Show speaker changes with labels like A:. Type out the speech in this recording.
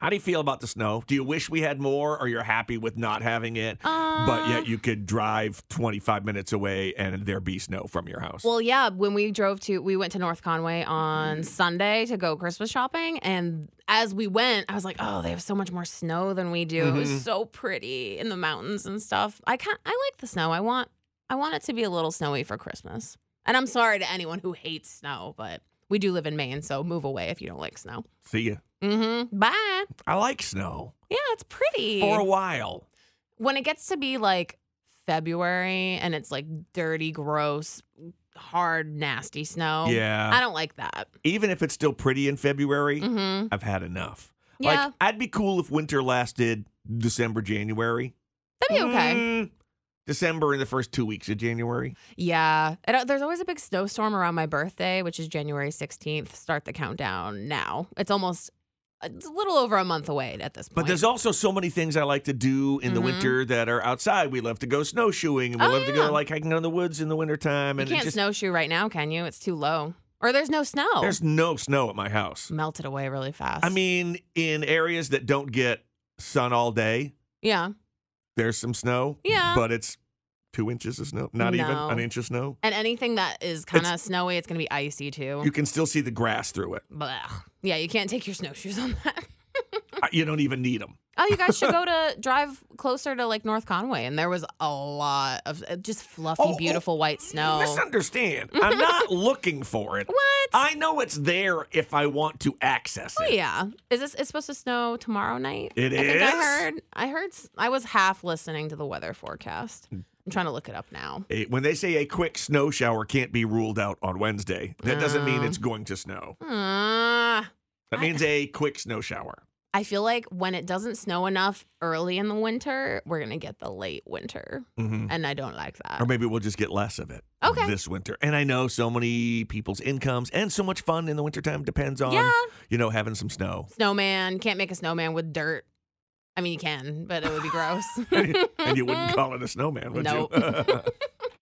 A: How do you feel about the snow? Do you wish we had more, or you're happy with not having it, but
B: Uh. Um,
A: yet you could drive 25 minutes away and there be snow from your house?
B: Well, yeah, when we drove to, we went to North Conway on Sunday to go Christmas shopping. And as we went, I was like, oh, they have so much more snow than we do. It
A: Mm-hmm.
B: was so pretty in the mountains and stuff. I can I like the snow. I want, I want it to be a little snowy for Christmas. And I'm sorry to anyone who hates snow, but we do live in Maine, so move away if you don't like snow.
A: See ya.
B: Mm-hmm. Bye.
A: I like snow
B: Yeah, it's pretty.
A: for a while.
B: when it gets to be like February and it's like dirty, gross, hard, nasty snow.
A: Yeah.
B: Oh, I don't like that.
A: Even if it's still pretty in February,
B: hmm
A: I've had enough.
B: Yeah.
A: Like, I'd be cool if winter lasted December, January.
B: That'd be okay.
A: Mm, December and the first two weeks of January.
B: Yeah. And, uh, there's always a big snowstorm around my birthday, which is January 16th. Start the countdown now. It's almost uh, it's a little over a month away at this point.
A: But there's also so many things I like to do in the
B: Mhm.
A: winter that are outside. We love to go snowshoeing and we
B: Oh,
A: love to
B: yeah.
A: go like hiking out in the woods in the wintertime.
B: you
A: And
B: can't
A: it just,
B: snowshoe right now, can you? It's too low. Or there's no snow.
A: there's no snow at my house.
B: melted away really fast.
A: I mean, in areas that don't get sun all day,
B: yeah.
A: there's some snow.
B: Yeah.
A: But it's two inches of snow, not even
B: No.
A: an inch of snow.
B: And anything that is kind of snowy, it's going to be icy too.
A: You can still see the grass through it.
B: Blech. Yeah, you can't take your snowshoes on that.
A: I- You don't even need them.
B: Oh, you guys should go to drive closer to like North Conway, and there was a lot of uh, just fluffy,
A: Oh, oh,
B: beautiful white snow.
A: Misunderstand. I'm not looking for it.
B: What?
A: I know it's there if I want to access
B: oh
A: it.
B: yeah, is this? It's supposed to snow tomorrow night.
A: It
B: I think I
A: is?
B: heard. I heard. s- I was half listening to the weather forecast.
A: Hmm.
B: I'm trying to look it up now.
A: A- when they say a quick snow shower can't be ruled out on Wednesday, that doesn't mean
B: Oh.
A: it's going to snow.
B: Ah.
A: That
B: I-
A: means a quick snow shower.
B: I feel like when it doesn't snow enough early in the winter, we're gonna get the late winter,
A: Mhm.
B: and I don't like that.
A: Or maybe we'll just get less of it
B: Okay.
A: this winter. And I know so many people's incomes and so much fun in the wintertime depends on,
B: Yeah.
A: you know, having some snow.
B: Snowman can't make a snowman with dirt. I mean, you can, but it would be gross.
A: and you wouldn't call it a snowman, would
B: Nope.
A: you?